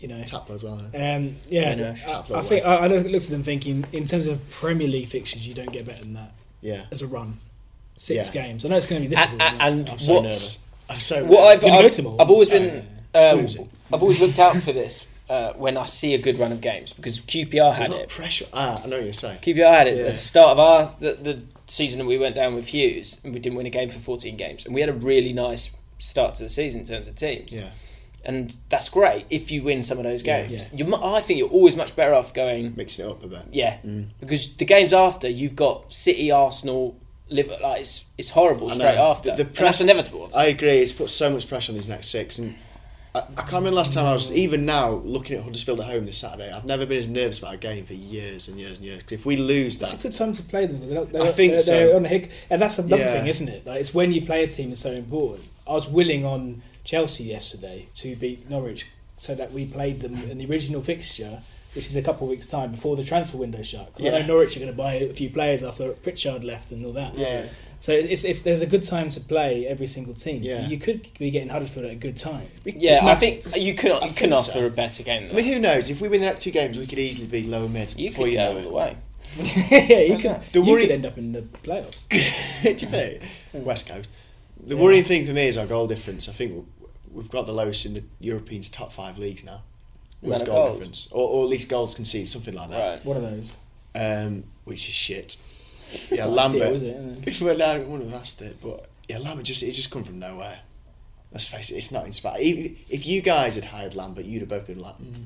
You know. Tapler as well. eh? Um, yeah, Yeah, I, Tapler I think I, I look- looked at them thinking in terms of Premier League fixtures, you don't get better than that Yeah. as a run. Six Yeah. games. I know it's going to be A- difficult. a- but- and I'm so nervous. what's I'm so. what I've You've I've, looked them all. I've always been um, Who's it? I've always looked out for this uh, when I see a good run of games because QPR There's had not it. pressure. Ah, I know what you're saying. QPR had it Yeah. at the start of our the, the season that we went down with Hughes and we didn't win a game for 14 games and we had a really nice start to the season in terms of teams. Yeah. And that's great if you win some of those Yeah. games. You're, mu- I think you're always much better off going Mixing it up a bit. yeah Mm. because the games after you've got City, Arsenal, Liverpool. Like it's it's horrible I straight know. after. The, the And press that's inevitable. obviously. I agree. It's put so much pressure on these next six, and I, I can't remember last time I was. Even now, looking at Huddersfield at home this Saturday, I've never been as nervous about a game for years and years and years. 'Cause if we lose It's that, a good time to play them. They're, not- they're, I think they're, so. they're on a hick, and that's another Yeah. thing, isn't it? Like it's when you play a team is so important. I was willing on Chelsea yesterday to beat Norwich, so that we played them in the original fixture. This is a couple of weeks time before the transfer window shut. 'Cause I Yeah. know Norwich are going to buy a few players after Pritchard left and all that. Yeah. So it's, it's there's a good time to play every single team. So Yeah. you could be getting Huddersfield at a good time. yeah, Which I matters. think you can you think can so. offer a better game. Than I mean, that. who knows? If we win the next two games, we could easily be lower mid. you before could go know all it. the way. yeah, you could, The you worry- could end up in the playoffs. Do you think? West Coast. The worrying thing for me is our goal difference. I think we- we've got the lowest in the Europeans top five leagues now. What's of goal goals. difference, or, or at least goals conceded, something like that, Right. One of those. um, which is shit. Yeah, Deal, Lambert. is it? Isn't it? Well, no, I wouldn't have asked it, but yeah, Lambert just it just come from nowhere. Let's face it, it's not inspiring. Even if you guys had hired Lambert, you'd have both been like, mm.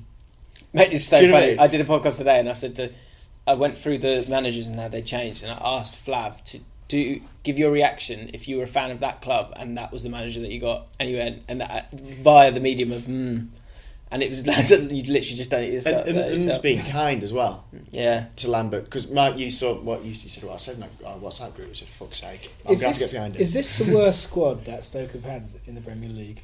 Mate, it's so Do you know what I funny. mean? I did a podcast today and I said to, I went through the managers and how they changed and I asked Flav to do give your reaction if you were a fan of that club and that was the manager that you got and you went and that, via the medium of mm. and it was lads that you'd literally just done it yourself. And, and, there and it's yourself. being kind as well yeah, to Lambert because Mike, you saw what you, you said. Well, I said, like, oh, what's that group? I said, fuck's sake, I'm Is gonna have to this, get behind it. is this the worst squad that Stoke have had in the Premier League?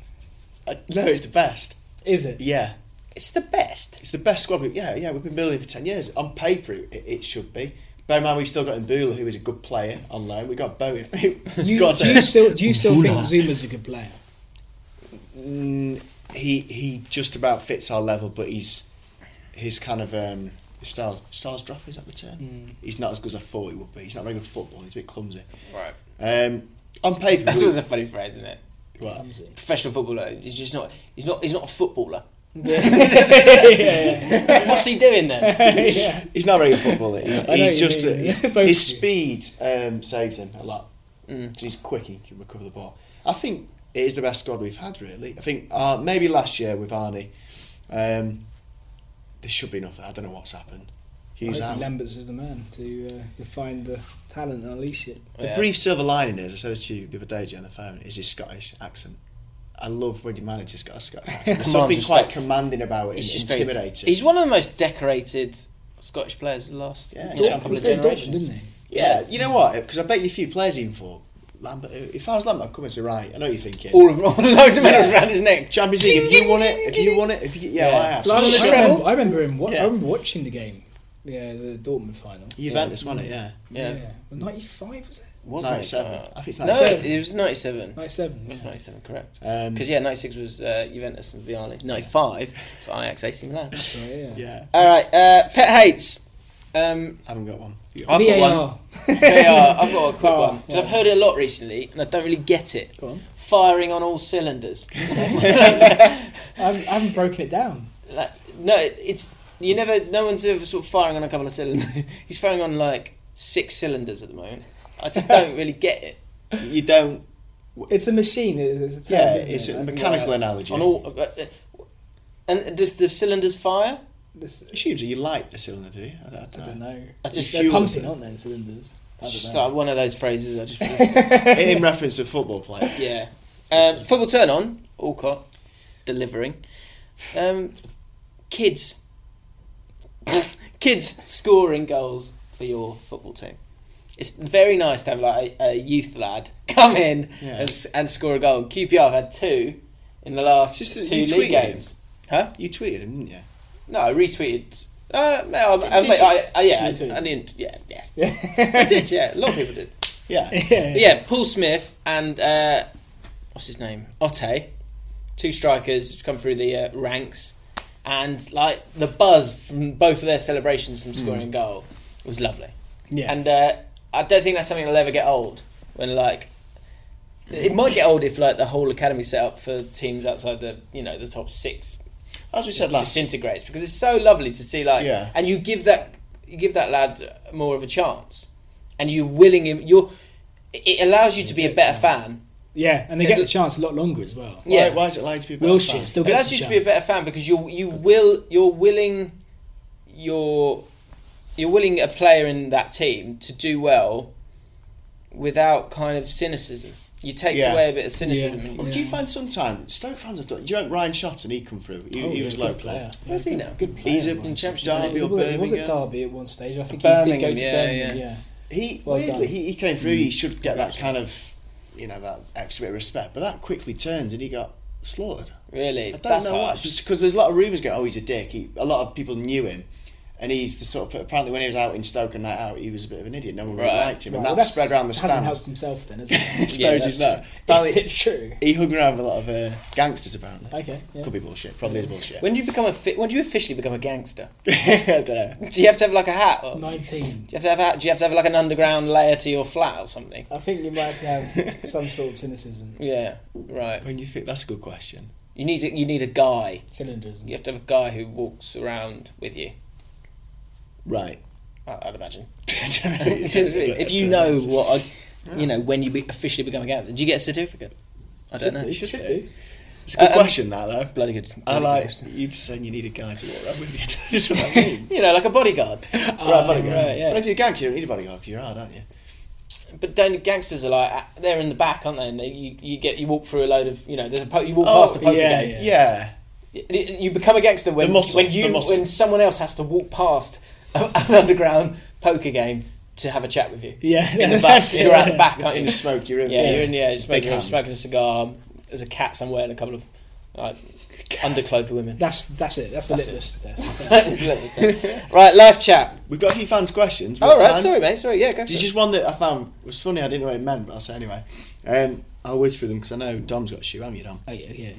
I- Uh, no, it's the best. Is it? Yeah, it's the best. it's the best squad. we- Yeah, yeah, we've been building for ten years. On paper, it, it should be. Bear in mind, we've still got Mbula, who is a good player on loan. We got Bowen. You, God, do you still do you still think Zuma's a good player? Mm, he he just about fits our level, but he's his kind of um, his stars stars drop is that the term? Mm. He's not as good as I thought he would be. He's not very good at football. He's a bit clumsy. Right. Um, on paper, That's we- always a funny phrase, isn't it? well, Professional footballer. He's just not. He's not. He's not a footballer. What's he doing then? he's not very good at football. He's, I know he's you just mean, a, yeah. he's, Both his of speed um, saves him a lot. He's quick. He can recover the ball. I think it is the best squad we've had. Really, I think uh, maybe last year with Arnie, um, there should be enough. I don't know what's happened. Hughes I out. think Lamberts is the man to uh, to find the talent and unleash it. The Yeah. brief silver lining is, I said this to you the other day, Jay, on the phone, is his Scottish accent. I love when your manager's got a Scottish accent. There's Come on, something just quite like- commanding about it. He's It's just very- intimidating. He's one of the most decorated Scottish players of the last Yeah, you know, Dortmund, couple of He's very Dortmund, generations. didn't he? yeah, you know what? Because I bet you few players even thought, Lambert, if I was Lambert, I'd come and say, right, I know what you're thinking. All of all of loads of medals around his neck. Champions League, if you won it, if you won it, if you, yeah, Yeah. well, I have. So Lambert- shut I up. remember, I remember him. Wa- Yeah. I remember watching the game. Yeah, the Dortmund final. Juventus won it, yeah. Yeah, ninety five was it? was 97. I think it's No, 97. it was ninety-seven. Ninety seven. It was 97, correct. Um, Because, yeah, 96 was uh, Juventus and Vialli. 95 was Ajax AC Milan. yeah. Yeah, All right, uh, pet hates. Um, I haven't got one. You got I've got VAR. one. VAR. I've got a quick Oh, one. Because I've yeah. heard it a lot recently and I don't really get it. Go on. Firing on all cylinders. I haven't, I haven't broken it down. like, no, it's. You never. No one's ever sort of firing on a couple of cylinders. He's firing on like six cylinders at the moment. I just don't really get it. one. You don't. It's a machine. it- It's a term, Yeah, isn't it's it? a Like, mechanical analogy. On all. Uh, uh, and does the cylinders fire? this- Assumes that you light the cylinder, do you? I don't, I don't know. I just- they're Fuel. pumping, aren't they? in Cylinders. I It's don't just know. like one of those phrases I just. In reference to football player. Yeah. Um, football turn on, Alcott, delivering. Um, kids. kids scoring goals for your football team. It's very nice to have like a, a youth lad come in Yeah. and, s- and score a goal. QPR have had two in the last Just that two you league tweeted him. games. Huh? You tweeted him, didn't you? No, I retweeted. Uh, no, I, I, I, I, yeah, Did you? I, I didn't. Yeah, yeah. I did, yeah. A lot of people did. Yeah. But yeah, Paul Smith and uh, what's his name, Otte, two strikers who've come through the uh, ranks, and like the buzz from both of their celebrations from scoring a goal was lovely. Yeah. and uh, I don't think that's something that'll ever get old. When like, it might get old if like the whole academy set up for teams outside the you know the top six As we just said last disintegrates because it's so lovely to see like Yeah. and you give that you give that lad more of a chance and you willing him you're it allows you to be a better fan Yeah, and they get the chance a lot longer as well. yeah Why, why is it lying to people? about Wilshire that? still it gets allows the you chance. to be a better fan because you you will you're willing your you're willing a player in that team to do well without kind of cynicism you takes Yeah. away a bit of cynicism Yeah. and Well, you, Do you find sometimes Stoke fans have done? Do you know Ryan Shotton? He come through. He, Oh, he yeah, was good local. player. Where's he now? Good player. He's a Ryan. Champions Derby or was it, was it Birmingham. Derby at one stage? I think he did go Birmingham, to yeah, Birmingham. yeah. Yeah. He Well done. Mm. weirdly, he, he came through. He should get that kind of, you know, that extra bit of respect. But that quickly turns and he got slaughtered. really I don't that's know why. harsh. Just because there's a lot of rumours going. Oh, he's a dick. He, a lot of people knew him, and he's the sort of. Apparently, when he was out in Stoke and night out, he was a bit of an idiot. No one really Right. liked him, Right, and well, that that's- spread around the Hasn't helped stands. himself then, has it? Yeah, that's he's true. not. Apparently, it's true. He hung around with a lot of uh, gangsters apparently. Okay, yeah. Could be bullshit. Probably is bullshit. when do you become a fi- when do you officially become a gangster I don't know. Do you have to have like a hat? Or, do 19. you have to have a hat? Do you have to have like an underground layer to your flat or something? I think you might have to have some sort of cynicism. Yeah, right. When you think that's a good question. You need a, you need a guy. Cylinders. You have to have a guy who walks around with you. Right. I- I'd imagine. if if you know what a, you know when you be officially become a gangster, do you get a certificate? I don't know. you should do. It's a good Um, question, that though. Bloody good. I bloody good like question. you just saying you need a guy to walk around with you. Do you know what I mean? You know, like a bodyguard. Um, right, bodyguard. right, yeah. But if you're a gangster, you don't need a bodyguard. 'cause You're hard, aren't you? But don't gangsters are like uh, they're in the back, aren't they? And they, you, you get you walk through a load of you know there's a po- you walk Oh, past a poker yeah, game. Yeah. yeah. You you become a gangster when The muscle, when you the muscle. when someone else has to walk past a- an underground poker game to have a chat with you. Yeah, in the back. that's- You're out the back, aren't you? in the smoky room. Yeah, you're in yeah, you're Big smoking, you're hands. smoking a cigar. There's a cat somewhere and a couple of like underclothed women. That's that's it. That's the litmus test. right, live chat. We've got a few fans' questions. All right, We've got time. sorry, mate. Sorry, yeah, go for There's it. just one that I found was funny. I didn't know what it meant, but I'll say anyway. Um, I'll whiz through them because I know Dom's got a shoe, haven't you, Dom? Oh, yeah, yeah.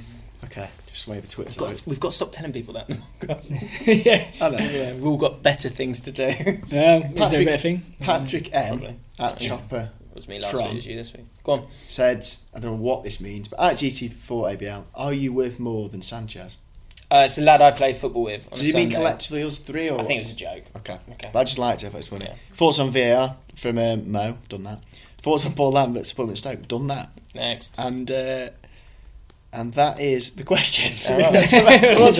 Okay, just wait for Twitter. to Got- load. we've got to stop telling people that. in the podcast. yeah. I know. yeah, we've all got better things to do. that Um, is there a Patrick- better thing? Patrick M Mm, Probably. at Chopper was me last Tron. week. It was you this week. Go on. said, I don't know what this means, but at GT4 ABL, are you worth more than Sanchez? Uh, it's the lad I play football with. On Does a he mean Sunday. collectively us three or? I think it what? was a joke. Okay. Okay. But I just liked it. I thought it was funny. Thoughts on VAR from um, Mo. Done that. Thoughts on Paul Lambert's appointment at Stoke. Done that. Next. And uh, and that is the question. So All we right. went back to Well, what that's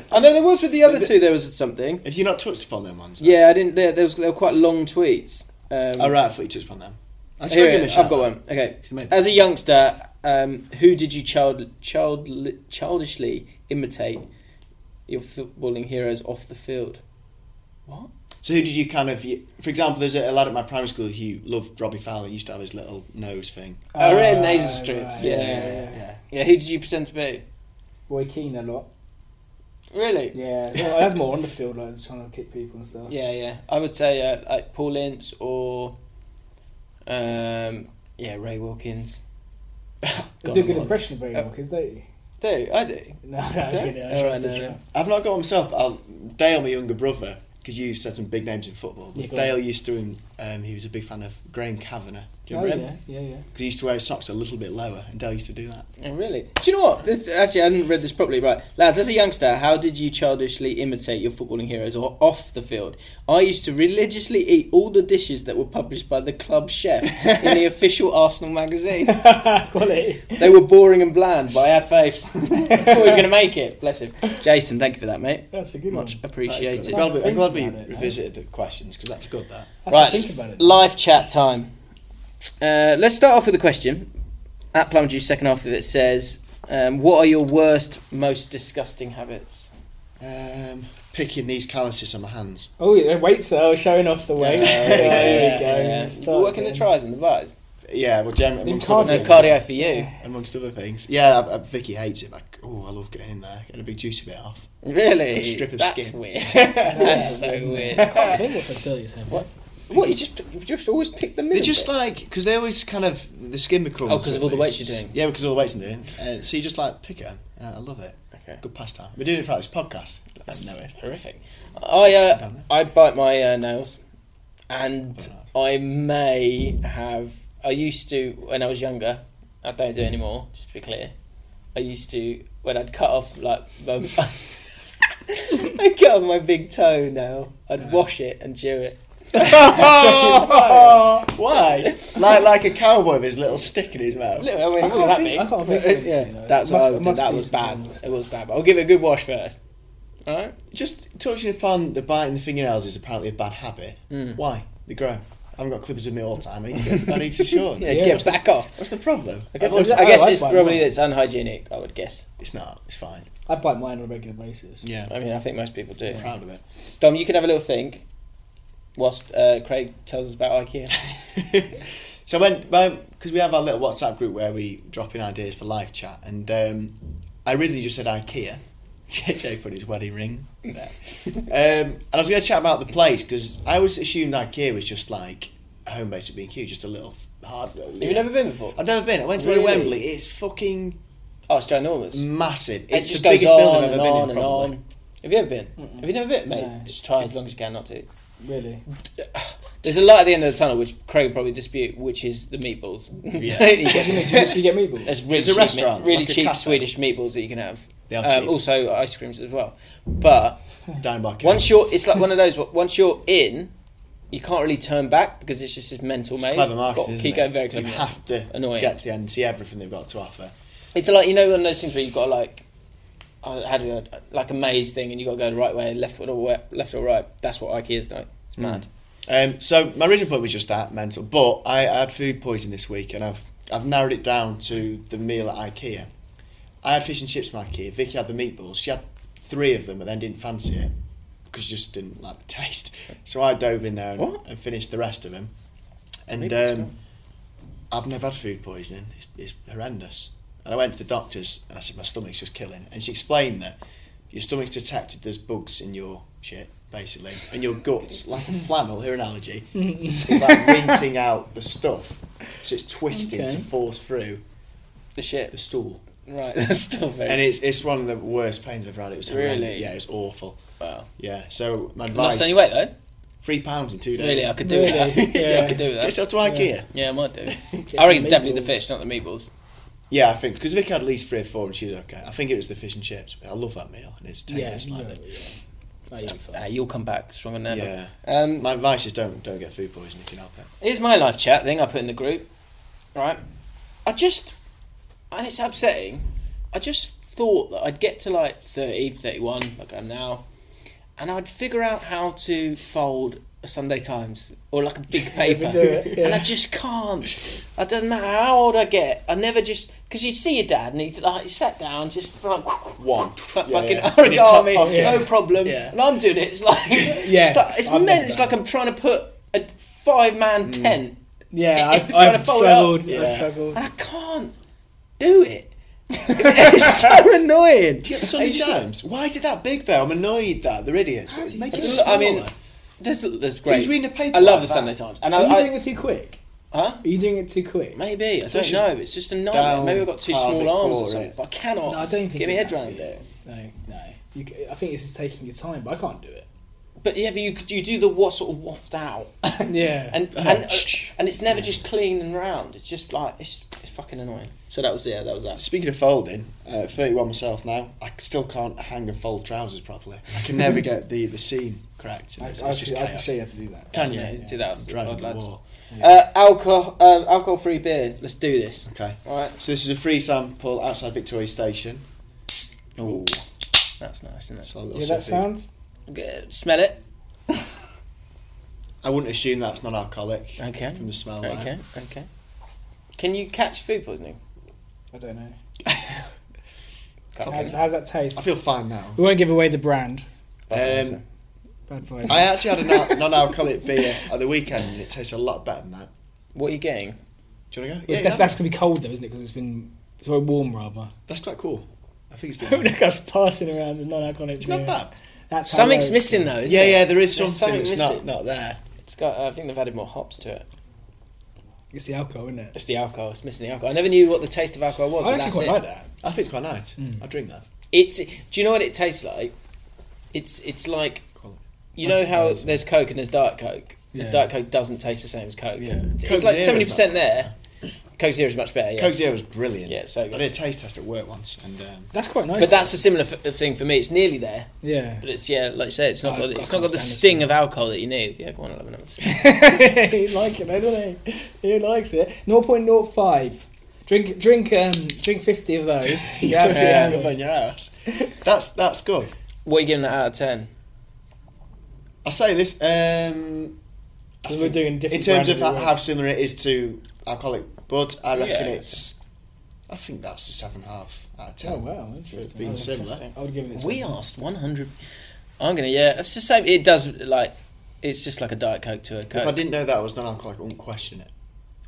it. I know there was with the other two. There was something. Have you not touched upon them ones? then? Yeah, I didn't. There, there was. They were quite long tweets. Um, Oh, right. I thought you touched upon them. I should Here, give him a I've shout got out. one. Okay. Maybe. As a youngster, um, who did you child, child childishly imitate your footballing heroes off the field? So who did you kind of? For example, there's a lad at my primary school who loved Robbie Fowler. He used to have his little nose thing. I read nasal strips. right, Ah, Yeah. yeah, Yeah, yeah, Who did you pretend to be? Boy Keane a lot. Really? Yeah, well, that's more on the field, like just trying to kick people and stuff. Yeah, yeah. I would say uh, like Paul Ince or um, yeah Ray Wilkins. They God, do a good I'm- impression of Barry Uh, Wilkins, don't you? Do I do? No, no, I'm kidding, I All right, was no, just- I've not got one myself. But I'll, Dale, my younger brother, because you said some big names in football. But Yeah, go on. Dale used to him. Um, he was a big fan of Graham Kavanagh. Do you Oh, remember yeah, him? yeah, yeah. Because he used to wear his socks a little bit lower, and Dale used to do that. Oh, really? Do you know what? This, actually, I hadn't read this properly. Right, lads. As a youngster, how did you childishly imitate your footballing heroes or off the field? I used to religiously eat all the dishes that were published by the club chef in the official Arsenal magazine. Quality. They were boring and bland, but I had faith. I thought he was going to make it. Bless him, Jason. Thank you for that, mate. That's a good Much one. That's good. appreciated. I'm glad we- I'm glad we Think about it, eh? revisited the questions because that's good. That That's Right, to think about it. live chat time. Uh, let's start off with a question. At Plum Juice, second half of it says, um, "What are your worst, most disgusting habits?" um, picking these calluses on my hands. Oh, yeah, weights though, showing off the weights. Yeah, there Yeah, you go. yeah. Start You're working the again. tries and the bars. Yeah, well, generally Then amongst other No Yeah. things. cardio for you. Amongst other things, yeah, I, I, Vicky hates it. Like, oh, I love getting in there, getting a big juicy bit off. Really? Good strip of That's skin. weird. That's so I weird. think what I've done is have what? what you just you just always pick the middle. They're just bit. like because they always kind of the skin becomes. Oh, 'cause of all the weights you're doing. Yeah, because of all the weights I'm doing. Uh, so you just like pick it. Uh, I love it. Okay. Good pastime. We're doing it for this podcast. I know it. horrific. I uh, Down there. I bite my uh, nails, and I may have. I used to when I was younger. I don't do it anymore. Just to be clear, I used to when I'd cut off like. My, I cut off my big toe now. I'd wash it and chew it. Why? like like a cowboy with his little stick in his mouth. Look, I mean, I it's not that can't think- big. I can't think But, of yeah, anything, though. that's what Must- I would do. must That do was bad. something. It was bad. But I'll give it a good wash first. All right. Just touching upon the biting the fingernails is apparently a bad habit. Why? They grow. I haven't got clippers with me all the time. I need to get. I need to shorten. Yeah, get back off. What's the problem? I guess, I've always- it's, I guess I'd it's bite probably mine. it's unhygienic. I would guess. it's not. It's fine. I bite mine on a regular basis. Yeah. I I'm mean, I think most people do. proud of it. Dom, you can have a little think whilst uh, Craig tells us about IKEA. So when because we have our little WhatsApp group where we drop in ideas for live chat, and um, I originally just said IKEA. JJ put his wedding ring. there. um, and I was going to chat about the place because I always assumed IKEA was just like a home base of B&Q, just a little hard. Little, You've never been before? I've never been. I went to Really? Wembley. It's fucking Oh, it's ginormous. massive. It Mm, It's just the goes biggest building on I've and ever been on in. and Probably. on. Have you ever been? Have you never been, mate? No. Just try as long as you can not to. Really? There's a light at the end of the tunnel, which Craig will probably dispute, which is the meatballs. Do you actually get meatballs? There's really It's a cheap, restaurant, really like a cheap cafe. Swedish meatballs that you can have. They are Um, cheap. also ice creams as well. But Down by once you're, it's like one of those. Once you're in, you can't really turn back because it's just this mental maze. You've got clever to marketing. isn't Keep it? going very clever. You have to Annoying. get to the end and see everything they've got to offer. It's like you know one of those things where you've got to like, uh, how do you like a maze thing, and you got to go the right way, left or wa- left or right. That's what IKEA's like. It's mad. Um, so my original point was just that mental, but I, I had food poisoning this week, and I've I've narrowed it down to the meal at IKEA. I had fish and chips for my kid. Vicky had the meatballs. She had three of them, but then didn't fancy it because she just didn't like the taste. So I dove in there and, What? and finished the rest of them. And Meatballs, um, I've never had food poisoning. It's, it's horrendous. And I went to the doctors and I said my stomach's just killing. And she explained that your stomach's detected there's bugs in your shit basically, and your guts like a flannel. Her analogy. it's like rinsing out the stuff, so it's twisting Okay. to force through The shit. the stool. Right, that's still very. And it's it's one of the worst pains I've ever had. It was horrendous. Really? yeah, it was awful. wow. Yeah, so my advice: Lost any weight though? three pounds in two days. Really, I could do with that. yeah, I could do with that. Get yourself to IKEA. Yeah, Yeah, I might do. some I reckon it's definitely the meatballs. fish, not the meatballs. I think because Vic had at least three or four, and she was okay. I think it was the fish and chips. But I love that meal, and it's tasting Yeah, slightly. yeah, yeah. No, you'll be fine. Ah, you'll come back stronger than Yeah. ever. Um, My advice is don't don't get food poisoning if you can help it. here's my life chat thing I put in the group. Right, I just, and it's upsetting. I just thought that I'd get to like 30, 31, like I'm now, and I'd figure out how to fold a Sunday Times or like a big paper, do it, yeah. and I just can't. I don't matter how old I get. I never just because you'd see your dad and he's like he sat down just like one like fucking yeah. In his top origami, pocket. no problem, Yeah. and I'm doing it. It's like Yeah, it's, like, it's I've meant. never It's done like I'm trying to put a five man Mm. tent. Yeah, I've, trying to I've fold it up. struggled. Yeah. I've struggled. I can't do it. it's so annoying. You get the Sunday I just- Times. Why is it that big though? I'm annoyed that they're idiots. Make it It's a lo- I mean, smaller. there's there's great. Who's reading the paper I love the like that? Sunday Times, and Are you I, doing I it too quick? Huh? Are you doing it too quick? maybe I don't Just know. It's just a nightmare. down Maybe I've got too pelvic small arms core, or something. innit? But I cannot. No, I don't think get my it head would around be. it. No, no. You, c- I think this is taking your time, but I can't do it. But yeah, but you could you do the what sort of waft out, Yeah. and Oh, and, and it's never just clean and round. It's just like it's it's fucking annoying. So that was yeah, that was that. Speaking of folding, uh, 31 myself now, I still can't hang and fold trousers properly. I can never get the, the seam correct. and I, I, It's, I, it's just I can chaos. show you how to do that. Can you? Yeah, do that after Driving the pod, the lads. wall. Uh, alcohol, uh, alcohol-free beer. Let's do this. Okay. All right. So this is a free sample outside Victoria Station. Oh, that's nice, isn't it? So a little Hear that sippy. sound? Okay, smell it. I wouldn't assume that's non-alcoholic. Okay. From the smell. there. Okay, okay. Can you catch food poisoning? I don't know. Can't How's, catch how's that taste? I feel fine now. we won't give away the brand. Um, Bad voice. I actually had a na- non-alcoholic beer at the weekend, and it tastes a lot better than that. What are you getting? Do you want to go? It's- yeah, that's, that's gonna be cold though, isn't it? Because it's been it's very warm rather. that's quite cool. I think it's been. Look, I was passing around a non-alcoholic. it's not beer. bad. That's how Something's low it's- missing though, isn't Yeah, it? yeah. There is something. There's something missing. it's not not there. It's got. I think they've added more hops to it. It's the alcohol, isn't it? It's the alcohol. It's missing the alcohol. I never knew what the taste of alcohol was. I but actually that's quite it. like that. I think it's quite nice. Hmm. I drink that. It's. Do you know what it tastes like? It's. It's like. You know how there's Coke and there's Diet Coke. Yeah. And Diet Coke doesn't taste the same as Coke. Yeah. It's Coke like Zero's seventy percent not- there. Coke Zero is much better. Yeah. Coke Zero is brilliant. Yeah, it's so good. I did a taste test at work once, and um, That's quite nice. but that's a similar f- thing for me. It's nearly there, yeah. but it's yeah, like you said, it's not. I- got, I it's not can't got the stand this sting thing. of alcohol that you need. Yeah, go on, I'll have another. he like it, though, doesn't he? He likes it. 0.05. Drink, drink, um, drink 50 of those. You absolutely yeah, hammered. up on your ass. That's that's good. What are you giving that out of ten? I say this. Um, I 'Cause we're think doing different in terms of brand how, every how similar it is to alcoholic bud. I reckon Yeah. it's. I think that's a seven and a half out of ten. Oh wow, interesting. It's been That's similar. interesting. I would give it. A We seven. asked 100. I'm gonna, yeah, it's the same. It does, like, it's just like a Diet Coke to a Coke. If I didn't know that was non-alcoholic, I wouldn't question it.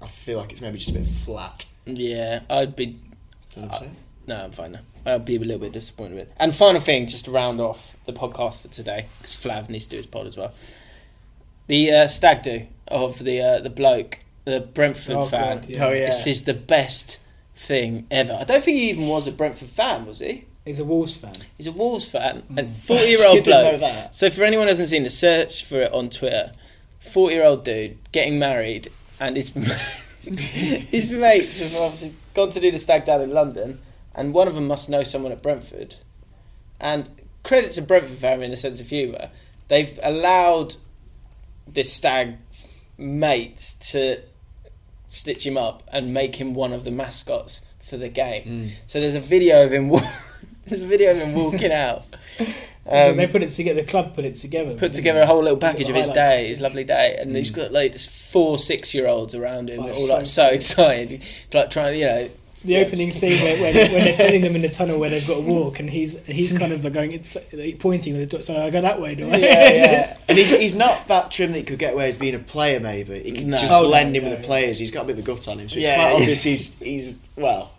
I feel like it's maybe just a bit flat. Uh, Yeah, I'd be, Don't you think? Uh, no, I'm fine now. I'd be a little bit disappointed with it. And final thing, just to round off the podcast for today, because Flav needs to do his pod as well. The uh, stag do of the uh, the bloke, the Brentford Oh, fan. God, yeah. Oh, yeah. This is the best thing ever. I don't think he even was a Brentford fan, was he? He's a Wolves fan. He's a Wolves fan, and forty-year-old Mm. Didn't know bloke. that. So, for anyone who hasn't seen the search for it on Twitter, forty-year-old dude getting married, and his his mates have obviously gone to do the stag down in London, and one of them must know someone at Brentford. And credit to Brentford family in a sense of humour, they've allowed this stag's mates to stitch him up and make him one of the mascots for the game. Hmm. So there's a video of him. wa- there's a video of him walking out. Because Um, they put it together. The club put it together. put together a whole little package of his Highlight day, package. his lovely day, and Hmm. he's got like this four six year olds around him, Oh, all it's like so so excited, like trying, you know, the opening scene where, when, when they're telling them in the tunnel where they've got to walk, and he's and he's kind of like going, it's, like pointing, with the door, so I go that way, do I? yeah, yeah. And he's, he's not that trim that he could get away as being a player, maybe. He can No. just Oh, blend no, in no. with the players. He's got a bit of a gut on him, so it's Yeah, quite yeah. obvious he's, he's, well,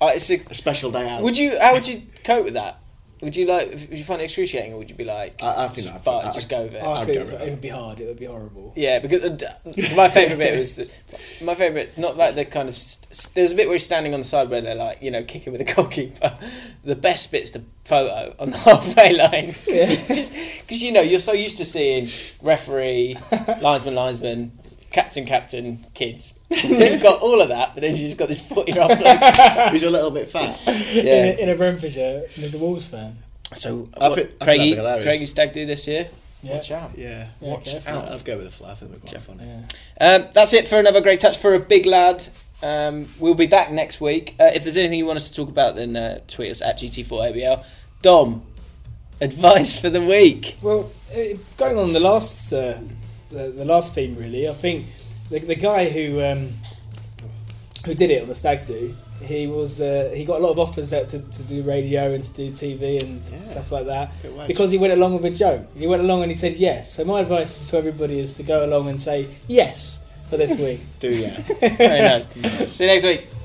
Uh, it's a, a special day out. would you? How would you cope with that? Would you like? Would you find it excruciating, or would you be like? I- I think I'd- "Fuck, I'd- just go with it. Oh, I I'd think go it's- with it that. would be hard. It would be horrible. Yeah, because uh, d- my favourite bit was my favourite bit's not like the kind of st- st- there's a bit where he's standing on the side where they're like you know kicking with the goalkeeper. The best bit's the photo on the halfway line because you know you're so used to seeing referee, linesman, linesman, captain, captain, kids. You've got all of that, but then you just got this forty year old bloke. He's a little bit fat. Yeah. In, a, in a Renfrewshire, and there's a Wolves fan. So, What, Craigie, Craigie Stag do this year. Yeah. Watch out. Yeah, Yeah, watch careful. out. I've go with the fly. I think we're quite funny. Um, that's it for another great touch for a big lad. Um, we'll be back next week. Uh, if there's anything you want us to talk about, then uh, tweet us at GT4ABL. Dom, advice for the week. Well, eh, going on the last uh, the, the last theme really, I think the, the guy who um, who did it on the stag do, he was uh, he got a lot of offers out to, to do radio and to do TV and to- stuff like that Good wage. because he went along with a joke. He went along and he said yes. So my advice to everybody is to go along and say yes for this week. Do yeah. Very nice. See you next week.